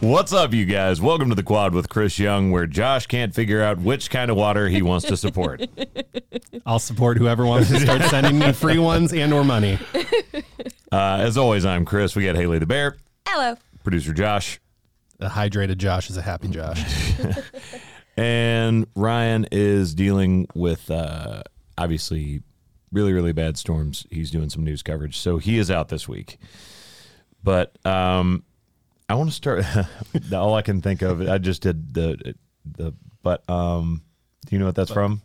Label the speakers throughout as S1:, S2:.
S1: What's up, you guys? Welcome to the quad with Chris Young, where Josh can't figure out which kind of water he wants to support.
S2: I'll support whoever wants to start sending me free ones and or money.
S1: Uh, as always, I'm Chris. We got Haley the Bear,
S3: Hello.
S1: producer Josh,
S2: A hydrated Josh is a happy Josh.
S1: and Ryan is dealing with uh, obviously really, really bad storms. He's doing some news coverage, so he is out this week. But um, I want to start. all I can think of, I just did the the but. Um, do you know what that's from?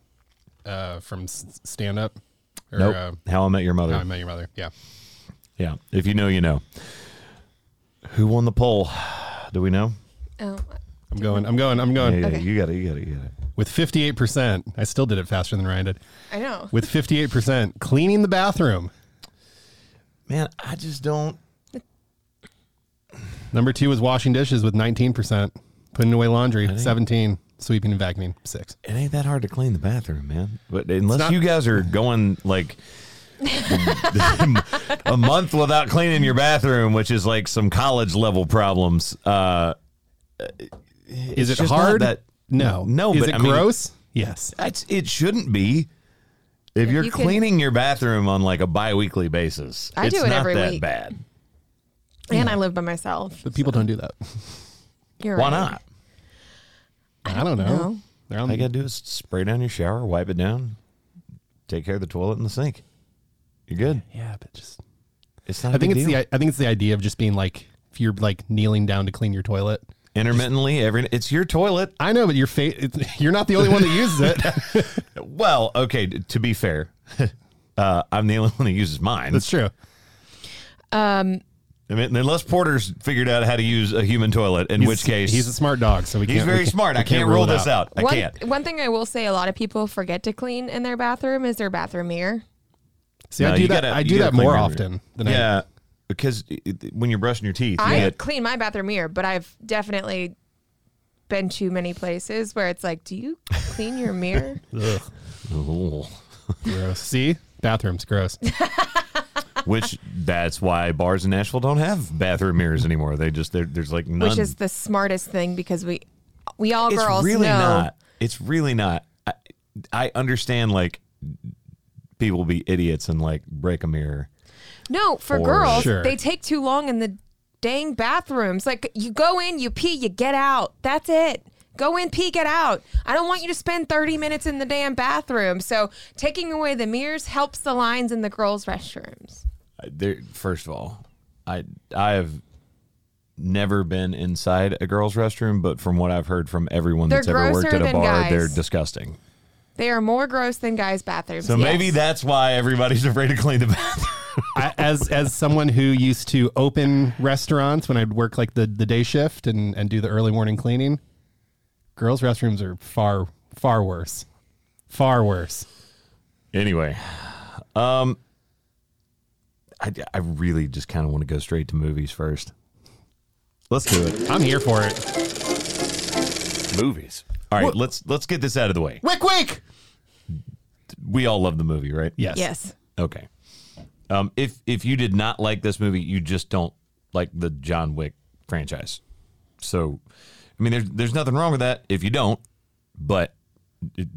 S2: Uh, from s- stand up or
S1: Nope.
S2: uh,
S1: How I Met Your Mother.
S2: How I Met Your Mother. Yeah.
S1: Yeah. If you know, you know. Who won the poll? Do we know?
S3: Oh,
S2: I'm going. I'm going. I'm going.
S1: Yeah,
S3: Okay.
S1: You got it. You got it. You got it.
S2: With 58%, I still did it faster than Ryan did.
S3: I know.
S2: With 58%, cleaning the bathroom.
S1: Man, I just don't.
S2: Number two was washing dishes with 19%, putting away laundry, 17, sweeping and vacuuming, six.
S1: It ain't that hard to clean the bathroom, man. But unless
S2: not-
S1: you guys are going like a month without cleaning your bathroom, which is like some college level problems. Uh,
S2: Is it
S1: just not
S2: hard?
S1: that-
S2: no.
S1: No,
S2: Is
S1: but
S2: it
S1: I mean-
S2: gross? yes.
S1: that's, it shouldn't be. If you're
S3: you can-
S1: cleaning your bathroom on like a biweekly basis,
S3: I
S1: it's
S3: do it
S1: not
S3: every
S1: that
S3: week.
S1: bad.
S3: And I live by myself.
S2: But people don't do that.
S3: You're
S1: Why
S3: right.
S1: not?
S2: I don't know.
S3: know.
S2: They're on
S1: All you gotta do is spray down your shower, wipe it down, take care of the toilet and the sink. You're good.
S2: Yeah, but just
S1: It's not. I
S2: I think it's the I think it's the idea of just being like if you're like kneeling down to clean your toilet.
S1: intermittently every. It's your toilet.
S2: I know, but your fa- it's- you're not the only one that uses it.
S1: Well, okay. d- To be fair, uh, I'm the only one that uses mine.
S2: That's true.
S1: I mean, unless Porter's figured out how to use a human toilet, in which case
S2: he's a smart dog, so we
S1: he's
S2: can't, we
S1: very
S2: can't-
S1: smart.
S2: we
S1: I can't, rule this out. I
S3: one,
S1: can't.
S3: one thing I will say a lot of people forget to clean in their bathroom is their bathroom mirror.
S2: See,
S1: No,
S2: I do
S1: you
S2: that.
S1: gotta-
S2: I
S1: you
S2: do
S1: gotta
S2: that
S1: clean
S2: more
S1: your-
S2: often than I.
S1: Yeah, because it- it- when you're brushing your teeth, you
S3: I
S1: get-
S3: clean my bathroom mirror, but I've definitely been to many places where it's like, do you clean your mirror?
S1: Ooh.
S2: Gross. See, bathrooms gross.
S1: which that's why bars in Nashville don't have bathroom mirrors anymore. They just they're- there's like none.
S3: Which is the smartest thing because we we all
S1: it's
S3: girls
S1: really
S3: know.
S1: not. It's really not. I, I understand like people be idiots and like break a mirror.
S3: No, for
S1: For
S3: girls,
S2: sure.
S3: they take too long in the dang bathrooms. Like you go in, you pee, you get out. That's it. Go in, pee, get out. I don't want you to spend 30 minutes in the damn bathroom. So taking away the mirrors helps the lines in the girls' restrooms.
S1: I- There, first of all, I I have never been inside a girls' restroom, but from what I've heard from everyone
S3: They're
S1: that's ever worked
S3: grosser
S1: at a
S3: than
S1: bar,
S3: guys.
S1: they're disgusting.
S3: They are more gross than guys' bathrooms.
S1: So maybe
S3: yes.
S1: that's why everybody's afraid to clean the bathroom.
S2: I, as as someone who used to open restaurants when I'd work like the, the day shift and, and do the early morning cleaning, girls' restrooms are far far worse, far worse.
S1: anyway, um, I I really just kind of want to go straight to movies first. Let's do it.
S2: I'm here for it.
S1: movies. All right, let's let's get this out of the way.
S2: Wick, wick.
S1: We all love the movie, right?
S2: Yes.
S3: Yes.
S1: Okay. Um, if if you did not like this movie, you just don't like the John Wick franchise. So, I mean, there's there's nothing wrong with that if you don't, but it,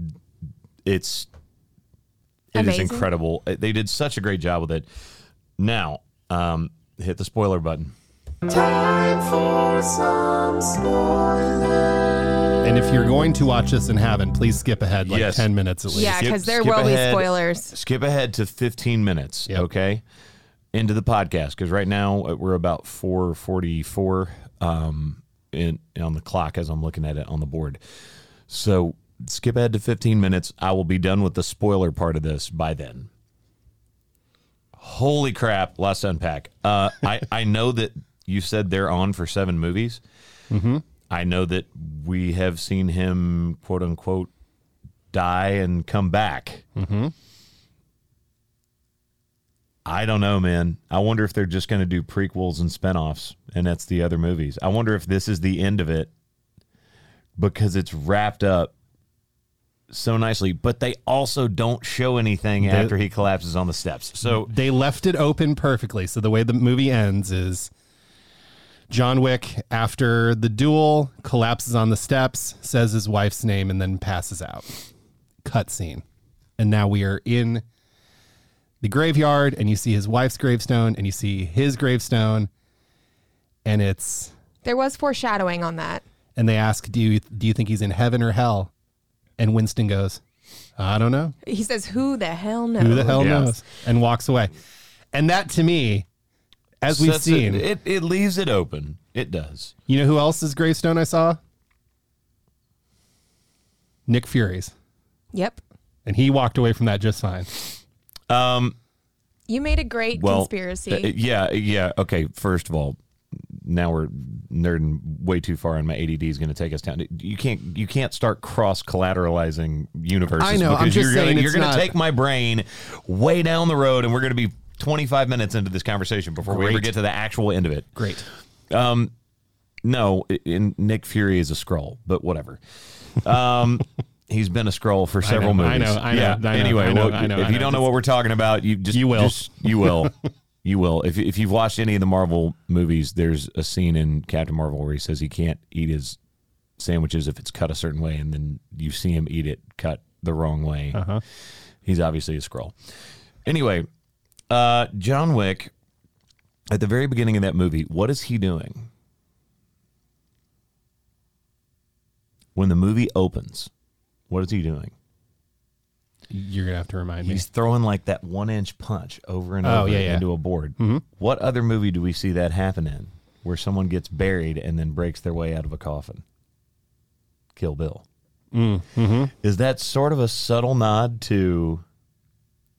S1: it's it is
S3: Amazing.
S1: incredible. Uh, They did such a great job with it. Now, um, hit the spoiler button.
S2: And if you're going to watch this and haven't, please skip ahead like
S1: Yes.
S2: 10 minutes at least.
S3: Yeah,
S1: Skip-
S3: because there
S1: skip
S3: will
S1: ahead.
S3: be spoilers.
S1: skip ahead to 15 minutes
S2: Yep.
S1: okay into the podcast because right now uh, we're about 444 um in on the clock as i'm looking at it on the board so skip ahead to 15 minutes i will be done with the spoiler part of this by then holy crap let's unpack uh i i know that you said they're on for seven movies i know that we have seen him quote unquote die and come back
S2: Mm-hmm.
S1: I don't know, man. I wonder if they're just going to do prequels and spinoffs, and that's the other movies. I wonder if this is the end of it because it's wrapped up so nicely, but they also don't show anything after he collapses on the steps. So
S2: They left it open perfectly. So the way the movie ends is John Wick, after the duel, collapses on the steps, says his wife's name, and then passes out. Cutscene. And now we are in the graveyard, and you see his wife's gravestone, and you see his gravestone, and it's
S3: There was foreshadowing on that.
S2: and they ask, "Do you do you think he's in heaven or hell?" And Winston goes, "I don't know.
S3: He says, "Who the hell knows?"
S2: Who the hell
S1: Yeah.
S2: knows?" And walks away. And that to me, as we've
S1: Sets
S2: seen,
S1: it, it, it leaves it open. It does.
S2: you know who else's gravestone I saw? Nick Fury's,
S3: Yep.
S2: and he walked away from that just fine.
S3: You made a great
S1: Well,
S3: conspiracy.
S1: th- yeah, yeah. Okay. First of all, now we're nerding way too far, and my ADD is going to take us down. You can't you can't start cross collateralizing universes.
S2: I know, I'm
S1: Because
S2: just
S1: you're
S2: saying
S1: gonna, you're
S2: it's
S1: going
S2: not-
S1: to take my brain way down the road, and we're going to be 25 minutes into this conversation before we ever
S2: Great.
S1: get to the actual end of it.
S2: Great.
S1: No, i- in Nick Fury is a scroll, but whatever. Um, he's been a scroll for several
S2: know, I
S1: movies.
S2: know, I know,
S1: yeah.
S2: I know,
S1: anyway,
S2: I know,
S1: well,
S2: I know,
S1: if
S2: I
S1: you
S2: know.
S1: don't know what we're talking about, you just
S2: You will.
S1: just- you will, you will. If if you've watched any of the Marvel movies, there's a scene in Captain Marvel where he says he can't eat his sandwiches if it's cut a certain way, and then you see him eat it cut the wrong way. Uh-huh. He's obviously a scroll. Anyway, uh, John Wick. At the very beginning of that movie, what is he doing? When the movie opens, what is he doing?
S2: You're gonna have to remind me.
S1: He's throwing like that one inch punch over and
S2: Oh,
S1: over
S2: yeah, Mm-hmm. yeah.
S1: into a board. What other movie do we see that happen in where someone gets buried and then breaks their way out of a coffin? Kill Bill.
S2: Mm, mm-hmm.
S1: Is that sort of a subtle nod to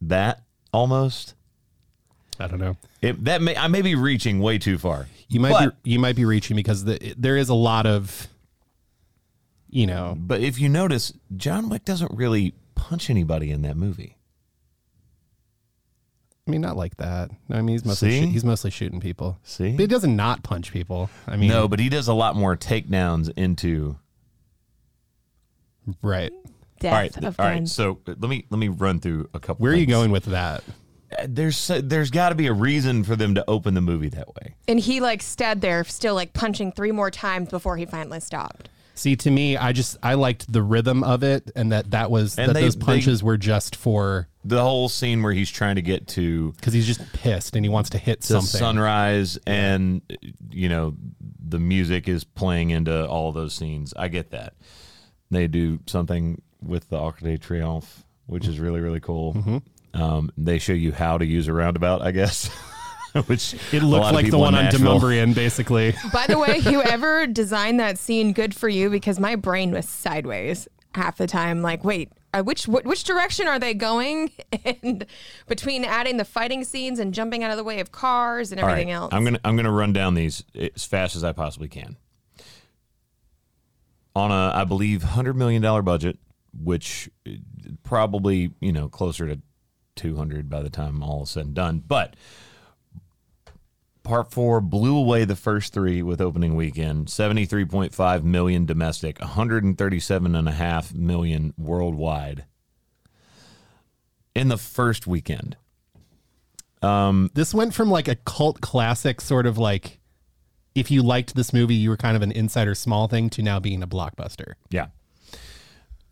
S1: that almost?
S2: I don't know.
S1: It, that may I may be reaching way too far.
S2: You might
S1: But-
S2: be you might be reaching because the, there is a lot of, you know,
S1: But if you notice, John Wick doesn't really punch anybody in that movie.
S2: I mean, not like that. No, I mean, he's mostly
S1: See?
S2: shoot- he's mostly shooting people.
S1: See?
S2: but he doesn't not punch people. I mean,
S1: No, but he does a lot more takedowns into.
S2: right.
S3: Death
S1: all right,
S3: of
S1: all right.
S3: guns.
S1: So uh, let me let me run through a couple.
S2: Where are you
S1: things.
S2: going with that?
S1: Uh, There's so- there's got to be a reason for them to open the movie that way.
S3: And he like stood there, still like punching three more times before he finally stopped.
S2: See, to me, I just I liked the rhythm of it, and that that was
S1: And
S2: that
S1: they-
S2: those
S1: they-
S2: punches were just for
S1: The whole scene where he's trying to get to
S2: because he's just pissed and he wants to hit
S1: the
S2: something.
S1: sunrise, and you know the music is playing into all those scenes. I get that. They do something with the Arc de Triomphe, which is really really cool.
S2: Mm-hmm.
S1: Um, they show you how to use a roundabout, I guess. which
S2: It
S1: a lot
S2: looked
S1: of
S2: like the
S1: people in
S2: one on
S1: Nashville-
S2: Demumbrian, basically.
S3: By the way, whoever designed that scene, good for you because my brain was sideways half the time. Like, wait, uh, which wh- which direction are they going? And between adding the fighting scenes and jumping out of the way of cars and
S1: All
S3: everything
S1: right,
S3: else,
S1: I'm gonna I'm gonna run down these eh, as fast as I possibly can. On a I believe hundred million dollar budget, which uh, probably you know closer to two hundred by the time all is said and done. But part four blew away the first three with opening weekend. Seventy three point five million domestic, one hundred and thirty seven and a half million worldwide. In the first weekend.
S2: this went from like a cult classic, sort of like if you liked this movie, you were kind of an insider small thing, to now being a blockbuster.
S1: Yeah.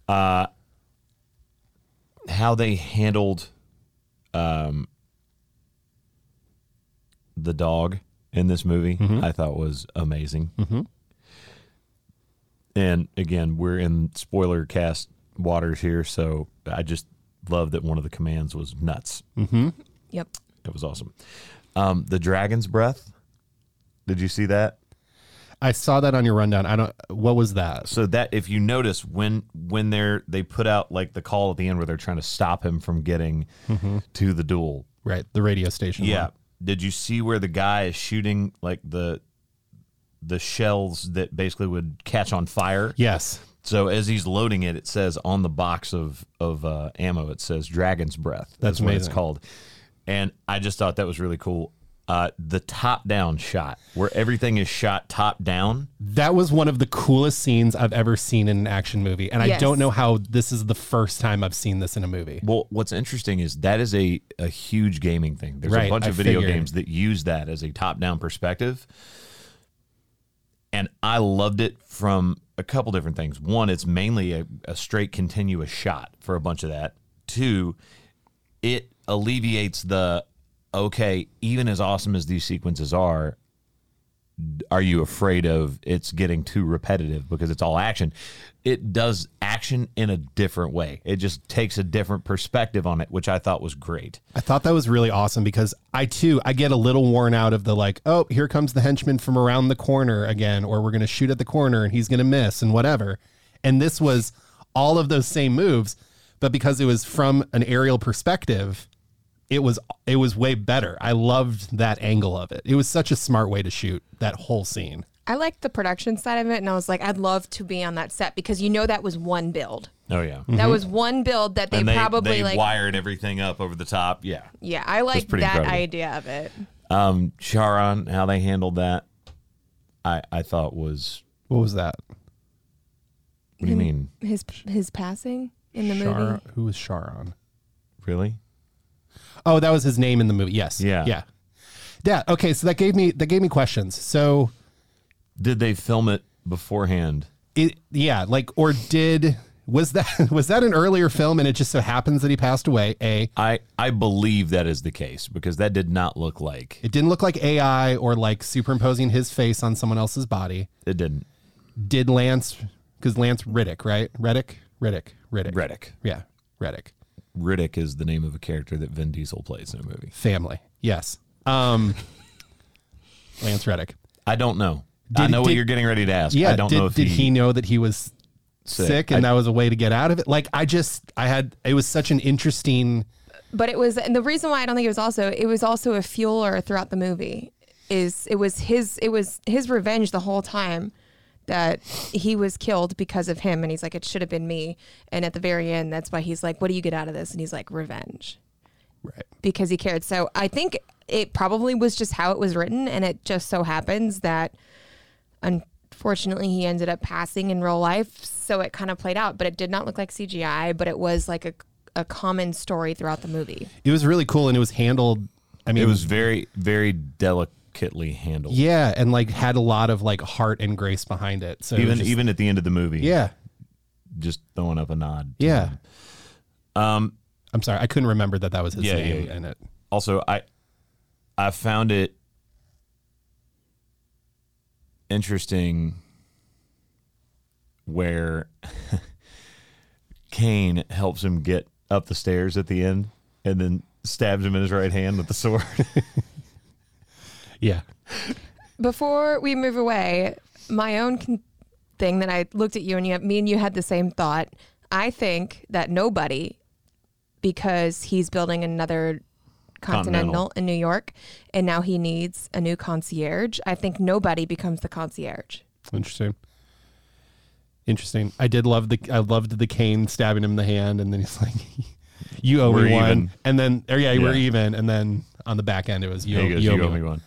S1: Uh, how they handled um, the dog in this movie, I thought was amazing. And again, we're in spoiler cast waters here, so I just love that one of the commands was nuts.
S3: yep,
S1: It was awesome. Um, the dragon's breath. Did you see that?
S2: I saw that on your rundown. I don't. What was that?
S1: so that if you notice when when they're they put out like the call at the end where they're trying to stop him from getting
S2: Mm-hmm.
S1: to the duel
S2: Right, the radio station.
S1: yeah
S2: one.
S1: did you see where the guy is shooting like the the shells that basically would catch on fire
S2: Yes.
S1: so as he's loading it, it says on the box of of uh, ammo, it says "Dragon's Breath."
S2: That's
S1: is what it's
S2: amazing.
S1: called. And I just thought that was really cool. Uh, the top down shot, where everything is shot top down.
S2: That was one of the coolest scenes I've ever seen in an action movie. And I
S3: Yes.
S2: don't know how this is the first time I've seen this in a movie.
S1: Well, what's interesting is that is a, a huge gaming thing. There's
S2: Right,
S1: a bunch
S2: I
S1: of video
S2: figured.
S1: games that use that as a top down perspective. and I loved it from a couple different things. One, it's mainly a, a straight continuous shot for a bunch of that. Two, it alleviates the okay, even as awesome as these sequences are, are you afraid of it's getting too repetitive because it's all action? It does action in a different way. It just takes a different perspective on it, which I thought was great.
S2: I thought that was really awesome because I too I get a little worn out of the like, oh, here comes the henchman from around the corner again, or we're gonna shoot at the corner and he's gonna miss and whatever. And this was all of those same moves, but because it was from an aerial perspective, it was it was way better. I loved that angle of it. It was such a smart way to shoot that whole scene.
S3: I liked the production side of it, and I was like, I'd love to be on that set because you know that was one build.
S1: Oh yeah.
S3: That was one build that they,
S1: and they
S3: probably
S1: they
S3: like.
S1: wired everything up over the top. Yeah.
S3: yeah, I like that
S1: pretty incredible.
S3: idea of it.
S1: Um, Charon, how they handled that, I I thought was
S2: What was that?
S1: what do
S3: Hmm.
S1: you mean?
S3: His his passing in the movie.
S2: Char- who was Sharon?
S1: Really?
S2: Oh, that was his name in the movie. Yes.
S1: Yeah.
S2: Yeah. Yeah. Okay. So that gave me that gave me questions. So
S1: Did they film it beforehand?
S2: it yeah like or did was that was that an earlier film and it just so happens that he passed away a
S1: I I believe that is the case because that did not look like
S2: it didn't look like ai or like superimposing his face on someone else's body
S1: it didn't.
S2: did lance because lance riddick right reddick riddick riddick
S1: Riddick.
S2: yeah reddick
S1: Riddick is the name of a character that Vin Diesel plays in a movie.
S2: family yes um lance reddick
S1: I don't know. I
S2: Did-
S1: know what
S2: did-
S1: you're getting ready to ask.
S2: yeah
S1: I don't
S2: did,
S1: know if
S2: did he, know that he was
S1: Sick.
S2: sick, and
S1: I-
S2: that was a way to get out of it like i just i had it was such an interesting
S3: But it was, and the reason why I don't think it was also it was also a fueler throughout the movie. Is it was his it was his revenge the whole time that he was killed because of him, and he's like, it should have been me. And at the very end, that's why he's like, what do you get out of this? And he's like, revenge.
S2: right
S3: because he cared. So I think it probably was just how it was written, and it just so happens that unfortunately he ended up passing in real life. So it kind of played out, but it did not look like CGI, but it was like a, a common story throughout the movie.
S2: it was really cool and it was handled i mean
S1: it was very very delicately handled.
S2: Yeah, and like had a lot of like heart and grace behind it. So it was
S1: even
S2: just-
S1: even at the end of the movie.
S2: yeah,
S1: Just throwing up a nod. to
S2: yeah.
S1: him. Um
S2: I'm sorry, I couldn't remember that that was his
S1: Yeah,
S2: name
S1: yeah, yeah.
S2: in it.
S1: also i i found it interesting where kane helps him get up the stairs at the end and then stabs him in his right hand with the sword
S2: Yeah,
S3: Before we move away, my own con- thing that I looked at you and you, me and you had the same thought. I think that nobody, because he's building another
S1: Continental.
S3: continental in New York, and now he needs a new concierge. I think nobody becomes the concierge.
S2: interesting. Interesting. I did love the I loved the cane stabbing him in the hand, and then he's like, "You owe
S1: We're
S2: me one,"
S1: even.
S2: and then or yeah, we're
S1: Yeah.
S2: even, and then on the back end it was you,
S1: He
S2: owe-
S1: goes,
S2: you owe
S1: "You
S2: me
S1: owe
S2: one."
S1: me one."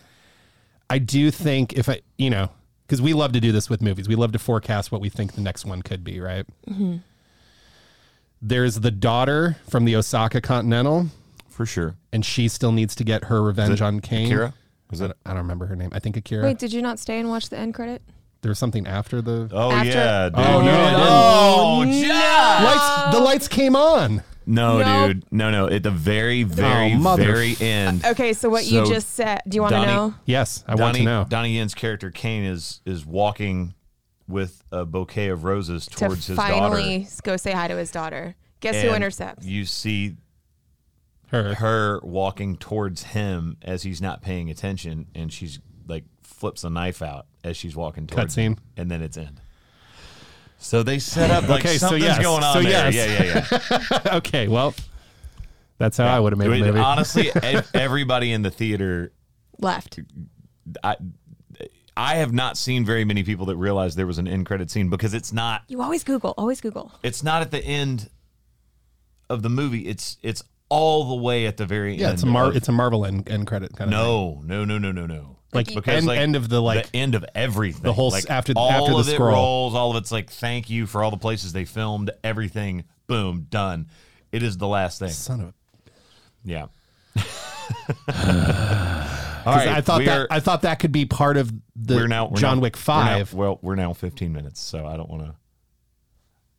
S2: I do think if I, you know, because we love to do this with movies, we love to forecast what we think the next one could be, right? There's the daughter from the Osaka Continental,
S1: for sure
S2: and she still needs to get her revenge on Kane.
S1: Akira? was
S2: I
S1: it
S2: don't, I don't remember her name. I think Akira.
S3: Wait, did you not stay and watch the end credit?
S2: There was something after the
S1: oh
S3: After-
S1: yeah dude.
S2: Oh, no, I
S1: oh
S2: didn't.
S1: Josh!
S2: lights. The lights came on.
S1: no,
S3: No.
S1: dude no no at the very very
S2: Oh, mother-
S1: very end
S3: Okay, so what you
S1: So,
S3: just said, do you want to
S1: Donnie-
S3: know?
S2: Yes, I want to know.
S1: Donnie Yen's character Kane is is walking with a bouquet of roses
S3: To
S1: towards his
S3: finally
S1: daughter.
S3: s- go say hi to his daughter. Guess who
S1: and
S3: intercepts?
S1: You see
S2: her.
S1: her walking towards him as he's not paying attention, and she's like flips a knife out as she's walking towards
S2: Cutscene.
S1: him, and then it's end. So they set up like
S2: Okay, so
S1: something's
S2: yes,
S1: going on
S2: so
S1: there.
S2: yes.
S1: Yeah, yeah, yeah.
S2: okay, well, that's how I would have made
S1: I
S2: the
S1: mean,
S2: movie.
S1: honestly, ev- everybody in the theater
S3: Left.
S1: I I have not seen very many people that realize there was an end credit scene because it's not
S3: You always Google, always Google.
S1: it's not at the end of the movie. It's it's all the way at the very end.
S2: yeah, it's a mar-
S1: of-
S2: it's a Marvel end, end credit kind of
S1: no, no, no, no, no, no.
S2: Like, end- end of the, like-
S1: end of everything.
S2: the whole s-
S1: like,
S2: after-
S1: all
S2: after the
S1: of it
S2: scroll.
S1: rolls. All of it's like thank you for all the places they filmed everything. Boom, done. It is the last thing.
S2: Son of a
S1: Yeah. All
S2: 'Cause
S1: right,
S2: I thought
S1: we
S2: that
S1: are-
S2: I thought that could be part of the
S1: we're now we're
S2: John
S1: now-
S2: Wick
S1: we're now-
S2: Five.
S1: well, we're now 15 minutes, so I don't want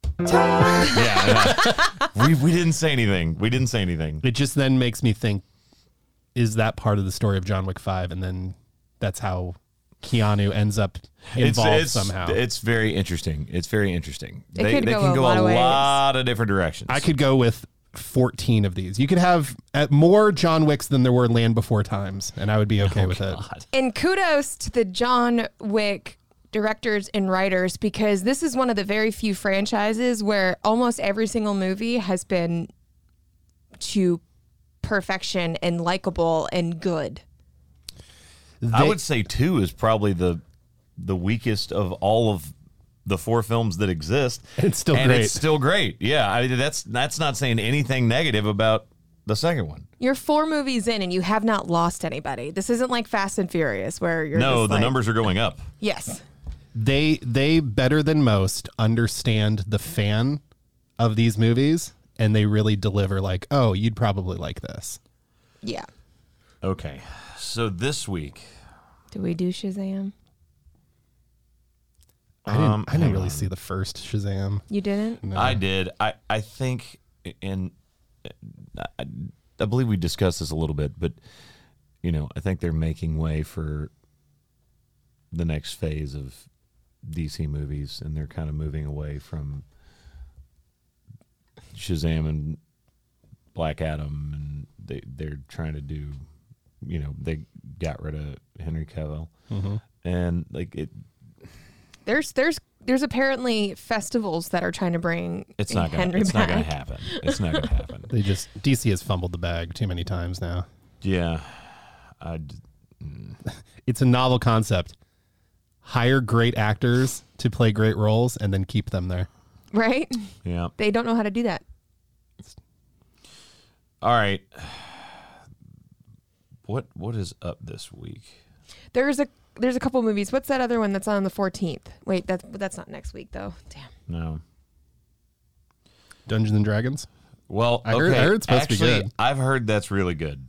S1: to. yeah, I know. we we didn't say anything. We didn't say anything.
S2: It just then makes me think: Is that part of the story of John Wick Five? And then that's how Keanu ends up involved
S1: it's, it's,
S2: somehow.
S1: It's very interesting. It's very interesting.
S3: It
S1: they
S3: could
S1: they
S3: go
S1: can
S3: a
S1: go
S3: lot
S1: a
S3: of ways.
S1: lot of different directions.
S2: I could go with 14 of these. You could have uh, more John Wicks than there were Land Before Times, and I would be okay with it.
S3: And kudos to the John Wick directors and writers because this is one of the very few franchises where almost every single movie has been to perfection and likable and good.
S1: I
S2: They-
S1: would say two is probably the the weakest of all of the four films that exist.
S2: It's still
S1: and
S2: great.
S1: It's still great. Yeah, I, that's that's not saying anything negative about the second one.
S3: You're four movies in and you have not lost anybody. This isn't like Fast and Furious where you're
S1: No,
S3: just
S1: the
S3: like-
S1: numbers are going up.
S3: Yes.
S2: they they better than most understand the fan of these movies, and they really deliver. Like, oh, you'd probably like this.
S3: Yeah.
S1: Okay, so this week,
S3: Do we do Shazam?
S2: I didn't,
S1: Um,
S2: I didn't
S1: hang
S2: really see the first Shazam.
S3: You didn't?
S1: I did. I I think, and I, I believe we discussed this a little bit, but you know, I think they're making way for the next phase of DC movies, and they're kind of moving away from Shazam and Black Adam, and they they're trying to do, you know, they got rid of Henry Cavill, and like it,
S3: There's there's there's apparently festivals that are trying to bring
S1: it's not gonna,
S3: Henry
S1: it's not
S3: back.
S1: gonna happen. It's not gonna happen.
S2: They just DC has fumbled the bag too many times now.
S1: Yeah. I d-
S2: It's a novel concept. Hire great actors to play great roles and then keep them there.
S3: Right?
S1: yeah.
S3: They don't know how to do that.
S1: All right. What what is up this week?
S3: There's a there's a couple movies. What's that other one that's on the 14th? Wait, that's that's not next week though. Damn.
S1: No.
S2: Dungeons and Dragons.
S1: Well,
S2: I
S1: okay.
S2: heard- I heard it's supposed to be
S1: Actually,
S2: good.
S1: I've heard that's really good.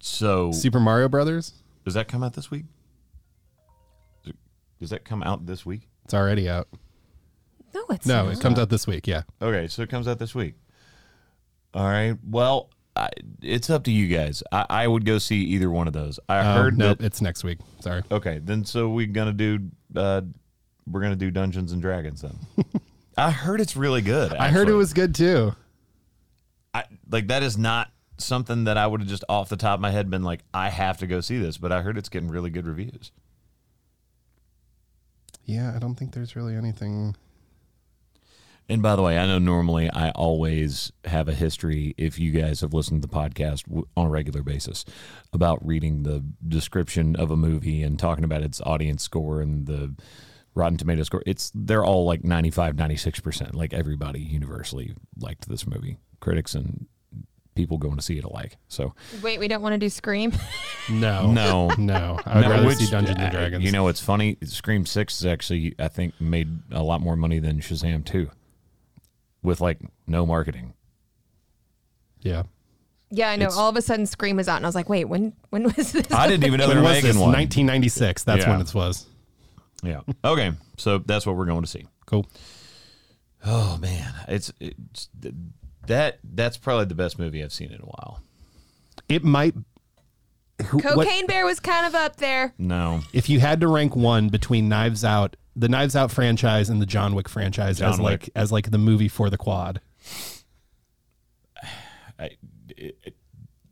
S1: So
S2: Super Mario Brothers.
S1: does that come out this week? Does that come out this week?
S2: It's already out.
S3: No, it's
S2: No,
S3: not.
S2: it comes out this week. Yeah.
S1: Okay, so it comes out this week. All right. Well, I, it's up to you guys. I, I would go see either one of those. I
S2: Um,
S1: heard
S2: nope,
S1: that.
S2: it's next week. Sorry.
S1: Okay, then so we're gonna do uh, we're gonna do Dungeons and Dragons then. I heard it's really good.
S2: I heard it
S1: actually.
S2: was good too.
S1: I, like that is not something that I would have just off the top of my head been like, I have to go see this, but I heard it's getting really good reviews.
S2: Yeah, I don't think there's really anything.
S1: And by the way, I know normally I always have a history, if you guys have listened to the podcast w- on a regular basis, about reading the description of a movie and talking about its audience score and the Rotten Tomato score. It's they're all like 95, 96%. Like everybody universally liked this movie, critics and people going to see it alike. So,
S3: Wait, we don't want to do Scream.
S2: No,
S1: No.
S2: no. Oh. I would
S1: No,
S2: rather
S1: which,
S2: see Dungeons
S1: uh,
S2: and Dragons.
S1: You know, it's funny. Scream Six is actually, I think, made a lot more money than Shazam Two, with like no marketing.
S2: yeah.
S3: yeah, I know.
S1: It's-
S3: All of a sudden Scream is out and I was like, "Wait, when when was this?"
S1: I didn't even know they
S2: When
S1: were
S2: was this?
S1: making one.
S2: 1996. That's when
S1: Yeah.
S2: it was.
S1: Yeah. Okay. So that's what we're going to see.
S2: Cool.
S1: Oh man, it's, it's th- that that's probably the best movie I've seen in a while.
S2: It might. who-
S3: Cocaine
S2: what-
S3: Bear was kind of up there.
S1: No,
S2: if you had to rank one between Knives Out, the Knives Out franchise, and the John Wick franchise as
S1: John Wick.
S2: like as like the movie for the quad,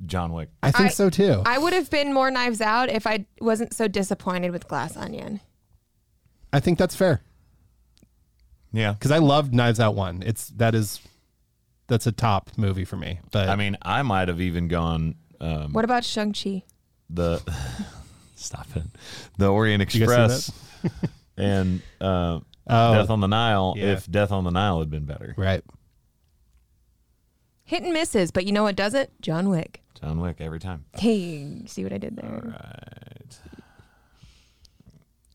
S1: John Wick.
S2: I think
S3: I-
S2: so too. I,
S3: I would have been more Knives Out if I wasn't so disappointed with Glass Onion.
S2: think that's fair
S1: Yeah.
S2: because I loved Knives Out one. It's that is that's a top movie for me. But
S1: I mean, I might have even gone um,
S3: What about Shang-Chi?
S1: the stop it, the Orient
S2: you guys see
S1: Express, and uh,
S2: Oh.
S1: Death on the Nile.
S2: Yeah.
S1: If Death on the Nile had been better,
S2: right.
S3: Hit and misses, but you know what doesn't? John Wick.
S1: John Wick every time.
S3: Hey, see what I did there?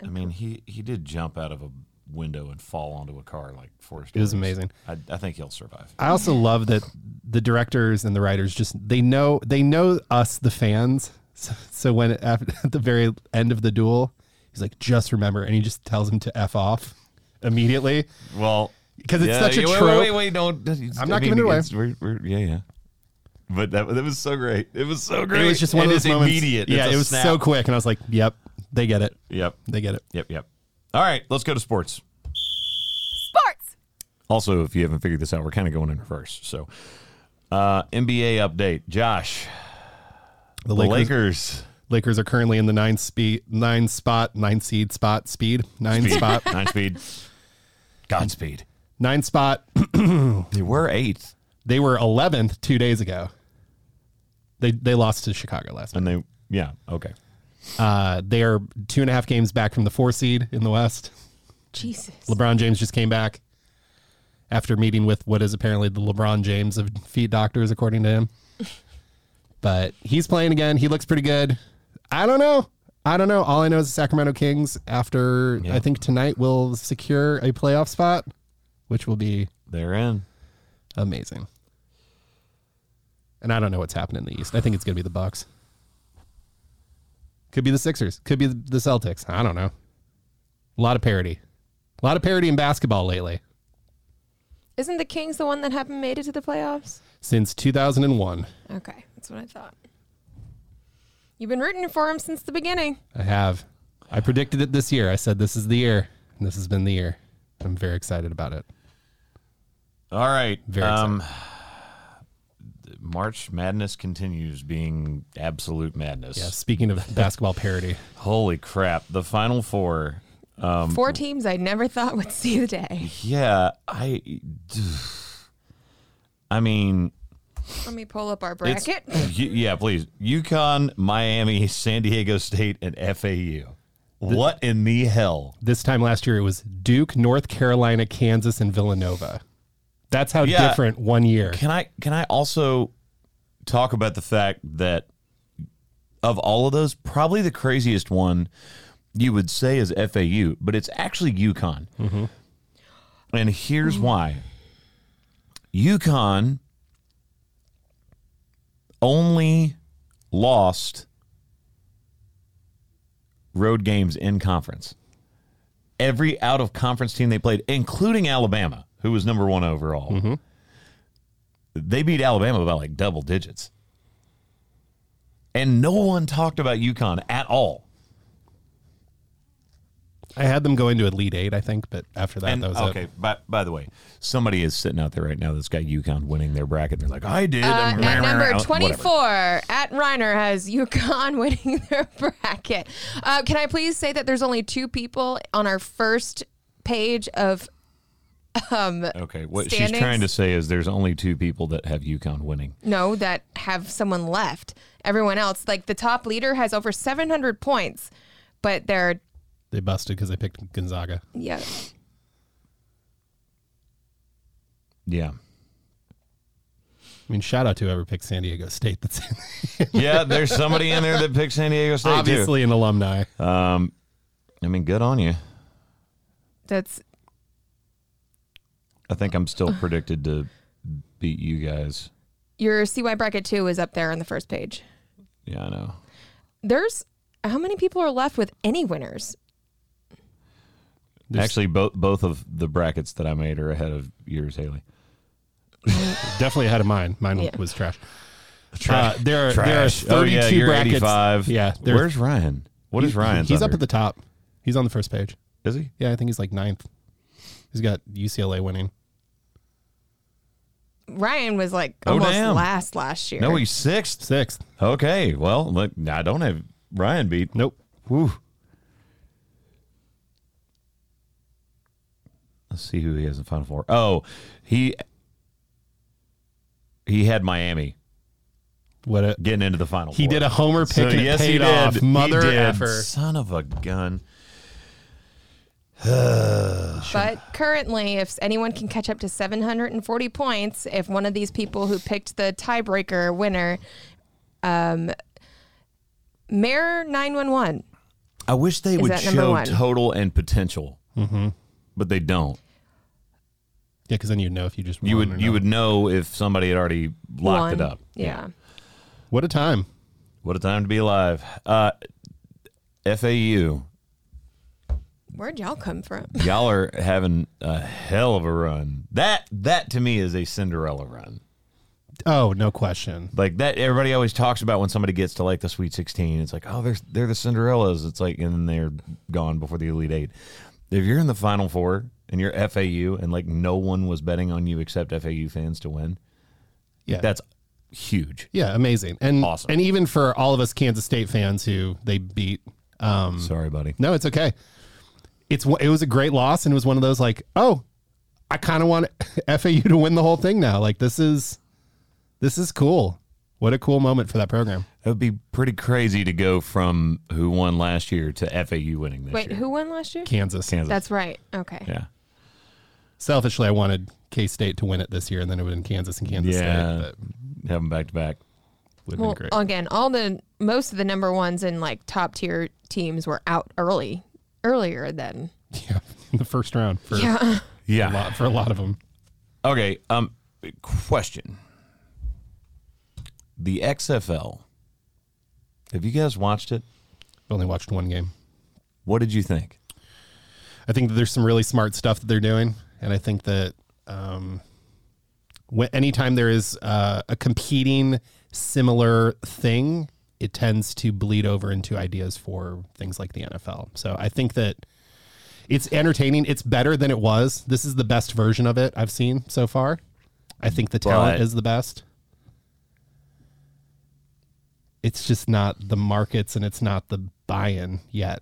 S1: I mean, he he did jump out of a window and fall onto a car like Forrest.
S2: It was
S1: Gump.
S2: amazing.
S1: I, I think he'll survive.
S2: I also love that the directors and the writers just they know they know us the fans. So, so when after, at the very end of the duel, he's like, "Just remember," and he just tells him to f off immediately.
S1: Well,
S2: 'Cause it's such a
S1: yeah, wait,
S2: trope.
S1: Wait, wait, wait, don't.
S2: I'm not giving it away.
S1: it's- We're, we're, yeah, yeah. But that that was so great. It was so great.
S2: It was just one
S1: And
S2: of those
S1: it's
S2: moments.
S1: Immediate.
S2: Yeah,
S1: It's a
S2: it was
S1: snap.
S2: so quick, and I was like, "Yep, they get it.
S1: Yep.
S2: They get it."
S1: Yep. Yep. All right, let's go to sports.
S3: Sports.
S1: Also, if you haven't figured this out, we're kind of going in reverse. So, uh, NBA update. Josh,
S2: The
S1: the
S2: Lakers,
S1: Lakers,
S2: Lakers are currently in the nine speed, nine spot, nine seed spot, speed, nine spot,
S1: nine speed, Godspeed.
S2: nine spot.
S1: They were eighth,
S2: They were 11th two days ago. They they lost to Chicago last
S1: and
S2: night.
S1: they yeah okay.
S2: Uh, they are two and a half games back from the four seed in the West.
S3: Jesus.
S2: LeBron James just came back after meeting with what is apparently the LeBron James of feet doctors, according to him. But he's playing again. He looks pretty good. I don't know. I don't know. All I know is the Sacramento Kings, after I think tonight, will secure a playoff spot, which will be
S1: They're in.
S2: amazing. And I don't know what's happening in the East. I think it's going to be the Bucks. Could be the Sixers. Could be the Celtics. I don't know. A lot of parity. A lot of parity in basketball lately.
S3: Isn't the Kings the one that haven't made it to the playoffs?
S2: Since 2001,
S3: Okay, that's what I thought. You've been rooting for him since the beginning.
S2: I have. I predicted it this year. I said this is the year. And this has been the year. I'm very excited about it.
S1: All right.
S2: Very
S1: um, March Madness continues being absolute madness.
S2: Yeah, speaking of basketball parity,
S1: Holy crap. The Final Four. Um, uh,
S3: Four teams I never thought would see the day.
S1: Yeah, I. I mean,
S3: Let me pull up our
S1: it's-
S3: bracket. Uh,
S1: y- yeah, please. UConn, Miami, San Diego State, and FAU. What in the hell?
S2: this time last year it was Duke, North Carolina, Kansas, and Villanova. That's how
S1: Yeah.
S2: different one year.
S1: Can I can I also talk about the fact that of all of those, probably the craziest one you would say is FAU, but it's actually UConn. And here's why. UConn only lost road games in conference. Every out of conference team they played, including Alabama, who was number one overall, they beat Alabama by like double digits. And no one talked about UConn at all.
S2: I had them go into Elite Eight, I think, but after that,
S1: And
S2: that was
S1: okay,
S2: it.
S1: by, by the way, somebody is sitting out there right now that's got UConn winning their bracket. They're like, I did.
S3: Uh, at number
S1: Whatever.
S3: 24, at Reiner has UConn winning their bracket. Uh, can I please say that there's only two people on our first page of um
S1: Okay, what she's
S3: Standings?
S1: trying to say is there's only two people that have UConn winning.
S3: no that have someone left. Everyone else, like the top leader, has over 700 points, but they're
S2: They busted because they picked Gonzaga.
S3: yeah.
S1: Yeah.
S2: I mean, shout out to whoever picked San Diego State. That's
S1: Yeah, there's somebody in there that picked San Diego State,
S2: obviously an alumni.
S1: too. Um, I mean, good on you.
S3: That's
S1: I think I'm still predicted to beat you guys.
S3: your CY bracket two is up there on the first page.
S1: Yeah, I know.
S3: There's how many people are left with any winners?
S2: There's-
S1: Actually, both both of the brackets that I made are ahead of yours, Haley.
S2: Definitely ahead of mine. Mine
S3: Yeah.
S2: was trash. Uh, there are there are
S1: Oh,
S2: 32
S1: yeah, you're
S2: brackets.
S1: 85.
S2: Yeah, there-
S1: Where's Ryan? What is Ryan?
S2: He's up at the top. He's on the first page.
S1: the. Is he?
S2: Yeah, I think he's like ninth. He's got UCLA winning.
S3: Ryan was like
S1: Oh,
S3: almost
S1: damn.
S3: last last year.
S1: No, he's sixth.
S2: Sixth.
S1: Okay. Well, look, I don't have Ryan beat.
S2: Nope.
S1: Whew. Let's see who he has in the final four. Oh, he he had Miami
S2: What a
S1: getting into the final.
S2: he
S1: four.
S2: did a homer pick
S1: So
S2: and it
S1: yes,
S2: paid
S1: he did.
S2: off. Mother
S1: he did.
S2: effer.
S1: Son of a gun.
S3: But currently, if anyone can catch up to 740 points, if one of these people who picked the tiebreaker winner, um, Mayor 911,
S1: I wish they would
S3: that number
S1: show
S3: one?
S1: total and potential,
S2: Mm-hmm.
S1: but they don't.
S2: Yeah, because then you'd know if you just
S1: You
S2: won or
S1: would you
S2: not.
S1: would know if somebody had already locked
S3: won.
S1: it up.
S3: Yeah.
S2: What a time!
S1: What a time to be alive. Uh, FAU,
S3: Where'd y'all come from?
S1: y'all are having a hell of a run. That that to me is a Cinderella run.
S2: Oh, no question.
S1: Like that, everybody always talks about when somebody gets to like the Sweet Sixteen. It's like, oh, they're they're the Cinderellas. It's like, and then they're gone before the Elite Eight. If you're in the Final Four and you're FAU, and like no one was betting on you except FAU fans to win,
S2: Yeah.
S1: that's huge.
S2: yeah, amazing. And
S1: Awesome.
S2: and even for all of us Kansas State fans who they beat. Um
S1: Sorry, buddy.
S2: no, it's okay. It's one- it was a great loss and it was one of those like, "Oh, I kind of want FAU to win the whole thing now." Like this is this is cool. What a cool moment for that program.
S1: That would be pretty crazy to go from who won last year to FAU winning this
S3: Wait,
S1: year.
S3: who won last year?
S2: Kansas.
S1: Kansas.
S3: That's right. Okay.
S1: yeah.
S2: Selfishly, I wanted K-State to win it this year and then it would have been Kansas and Kansas
S1: Yeah.
S2: State, but
S1: Have them back to back.
S2: would have
S3: Well,
S2: been great.
S3: again, all the most of the number ones and like top tier teams were out early, earlier than
S2: yeah. The first round for
S3: yeah.
S1: Yeah.
S2: a lot for a lot of them.
S1: Okay. Um, question. The XFL. Have you guys watched it?
S2: Only watched one game.
S1: What did you think?
S2: I think that there's some really smart stuff that they're doing, and I think that um, when, anytime there is uh, a competing similar thing, it tends to bleed over into ideas for things like the NFL. So I think that it's entertaining. It's better than it was. This is the best version of it I've seen so far. I think the talent
S1: But-
S2: is the best. It's just not the markets and it's not the buy-in yet.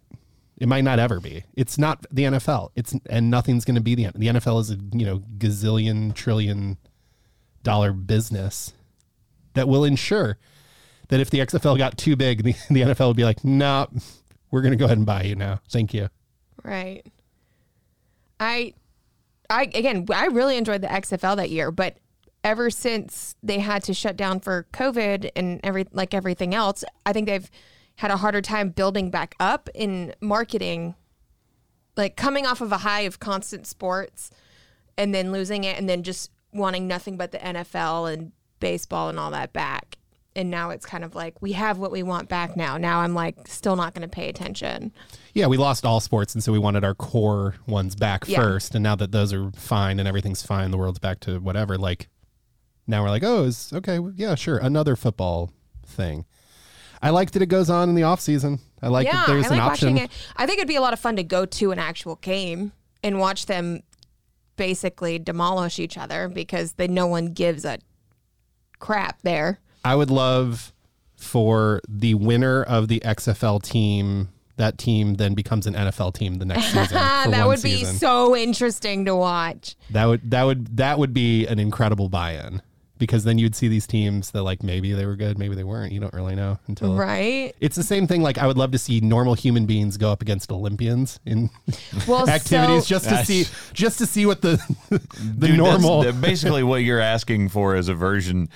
S2: It might not ever be. It's not the NFL. It's and nothing's going to be the the NFL is a you know gazillion trillion dollar business that will ensure that if the XFL got too big, the, the NFL would be like, no, nah, we're going to go ahead and buy you now. Thank you.
S3: Right. I, I again, I really enjoyed the XFL that year, but ever since they had to shut down for COVID and every like everything else, I think they've had a harder time building back up in marketing. Like coming off of a high of constant sports, and then losing it, and then just wanting nothing but the NFL and baseball and all that back. And now it's kind of like we have what we want back now. Now I'm like still not going to pay attention.
S2: Yeah, we lost all sports, and so we wanted our core ones back
S3: Yeah.
S2: first. And now that those are fine and everything's fine, the world's back to whatever. Like now we're like, oh, it's okay. well, Yeah, sure, another football thing. I like that it goes on in the off season. I like
S3: yeah,
S2: that there's
S3: I like
S2: an option.
S3: watching it. I think it'd be a lot of fun to go to an actual game and watch them basically demolish each other because they, no one gives a crap there.
S2: I would love for the winner of the XFL team. That team then becomes an NFL team the next season. for
S3: Ah, that
S2: one
S3: would be
S2: season.
S3: so interesting to watch.
S2: That would that would that would be an incredible buy-in because then you'd see these teams that like maybe they were good, maybe they weren't. You don't really know until
S3: Right?
S2: it's the same thing. Like I would love to see normal human beings go up against Olympians in
S3: Well,
S2: activities
S3: so,
S2: just to
S1: That's-
S2: see just to see what the the
S1: Dude, that's-
S2: normal.
S1: that- basically, what you're asking for is a version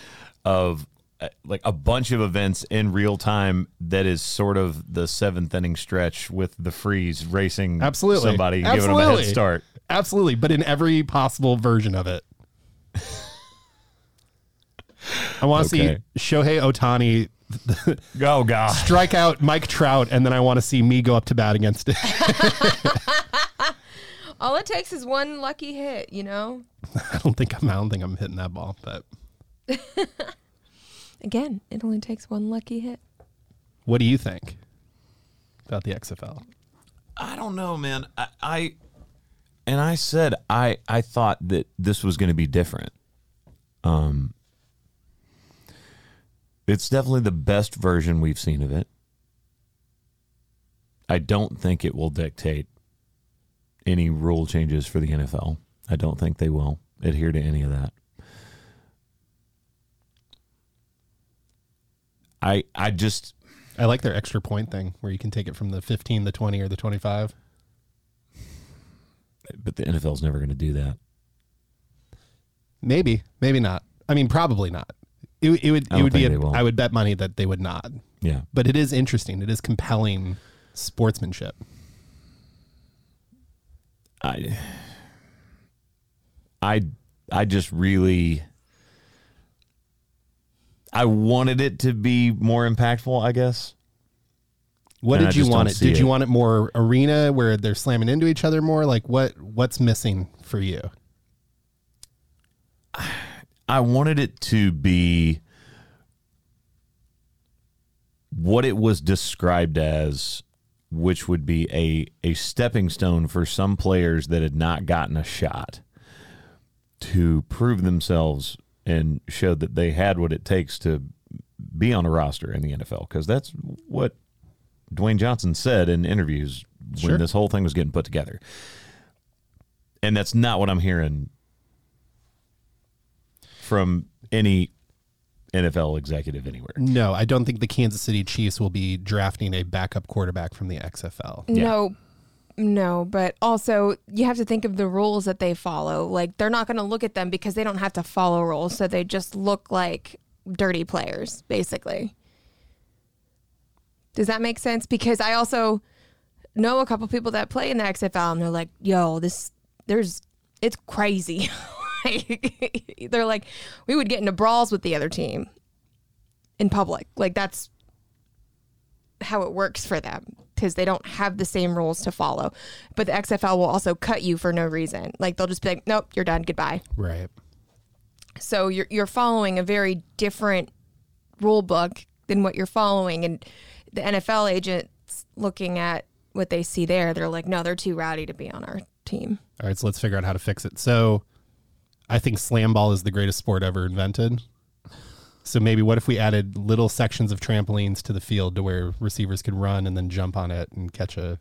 S1: of uh, like a bunch of events in real time that is sort of the seventh inning stretch with the freeze racing
S2: Absolutely.
S1: somebody and
S2: Absolutely.
S1: giving them a head start.
S2: Absolutely, but in every possible version of it. I want to
S1: Okay.
S2: see Shohei Otani
S1: Oh, God.
S2: strike out Mike Trout, and then I want to see me go up to bat against it.
S3: all it takes is one lucky hit, you know?
S2: I don't think I'm. I don't think I'm hitting that ball, but.
S3: Again, it only takes one lucky hit.
S2: What do you think about the XFL?
S1: I don't know, man. I, I and I said I I thought that this was going to be different. Um, it's definitely the best version we've seen of it. I don't think it will dictate any rule changes for the NFL. I don't think they will adhere to any of that. I I just
S2: I like their extra point thing where you can take it from the 15, the 20, or the 25.
S1: but the NFL's never going to do that.
S2: Maybe, maybe not. I mean, probably not. It, it would.
S1: I
S2: It
S1: don't
S2: would be.
S1: think
S2: A,
S1: they will.
S2: I would bet money that they would not.
S1: Yeah.
S2: But it is interesting. It is compelling sportsmanship.
S1: I I I just really I wanted it to be more impactful, I guess.
S2: What
S1: And I
S2: did you
S1: just
S2: want
S1: don't
S2: it?
S1: see
S2: Did you
S1: it.
S2: want it more arena where they're slamming into each other more? Like what what's missing for you?
S1: I wanted it to be what it was described as, which would be a, a stepping stone for some players that had not gotten a shot to prove themselves and show that they had what it takes to be on a roster in the NFL. Because that's what Dwayne Johnson said in interviews
S2: Sure.
S1: when this whole thing was getting put together. And that's not what I'm hearing from any NFL executive anywhere.
S2: No, I don't think the Kansas City Chiefs will be drafting a backup quarterback from the XFL.
S3: No, no, but also you have to think of the rules that they follow. Like they're not going to look at them because they don't have to follow rules, so they just look like dirty players, basically. Does that make sense? Because I also know a couple people that play in the XFL, and they're like, "Yo, this there's it's crazy." Like, they're like, we would get into brawls with the other team in public. Like that's how it works for them because they don't have the same rules to follow. But the XFL will also cut you for no reason. Like they'll just be like, nope, you're done, goodbye.
S2: Right.
S3: So you're you're following a very different rule book than what you're following, and the NFL agents looking at what they see there, they're like, no, they're too rowdy to be on our team.
S2: All right, so let's figure out how to fix it. So I think slam ball is the greatest sport ever invented. So maybe what if we added little sections of trampolines to the field to where receivers could run and then jump on it and catch a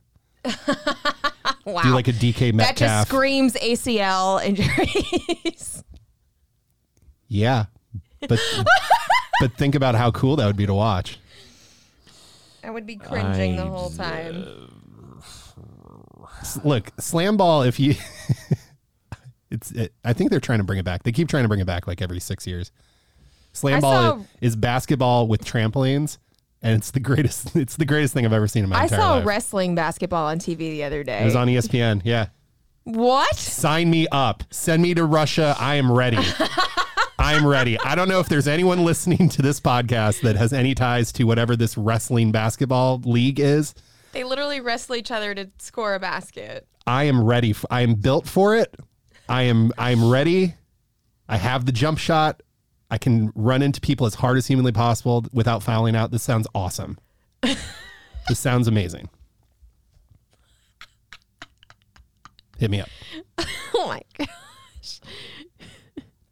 S3: Wow,
S2: do like a DK
S3: that
S2: Metcalf.
S3: just screams ACL injuries.
S2: yeah. But but think about how cool that would be to watch.
S3: I would be cringing the
S1: I-
S3: whole time.
S2: S- Look, slam ball if you it's it, I think they're trying to bring it back. They keep trying to bring it back like every 6 years. Slam
S3: I
S2: ball i-
S3: saw-
S2: is, basketball with trampolines and it's the greatest it's the greatest thing I've ever seen in my
S3: I
S2: entire
S3: saw
S2: life.
S3: wrestling basketball on TV the other day.
S2: It was on E ESPN. Yeah.
S3: what?
S2: Sign me up. Send me to Russia. I am ready. I'm ready. I don't know if there's anyone listening to this podcast that has any ties to whatever this wrestling basketball league is.
S3: They literally wrestle each other to score a basket.
S2: I am ready. f- I am built for it. I am I'm ready. I have the jump shot. I can run into people as hard as humanly possible without fouling out. This sounds awesome. this sounds amazing. Hit me up.
S3: Oh my gosh.